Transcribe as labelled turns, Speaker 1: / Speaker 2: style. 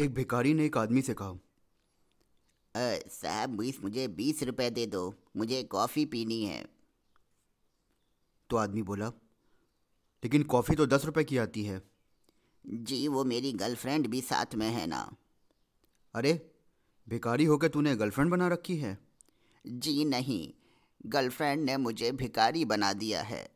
Speaker 1: एक भिखारी ने एक आदमी से कहा
Speaker 2: "अ, साहब बीस मुझे बीस रुपए दे दो मुझे कॉफ़ी पीनी है
Speaker 1: तो आदमी बोला लेकिन कॉफ़ी तो दस रुपए की आती है
Speaker 2: जी वो मेरी गर्लफ्रेंड भी साथ में है ना
Speaker 1: अरे भिखारी होकर तूने गर्लफ्रेंड बना रखी है
Speaker 2: जी नहीं गर्लफ्रेंड ने मुझे भिखारी बना दिया है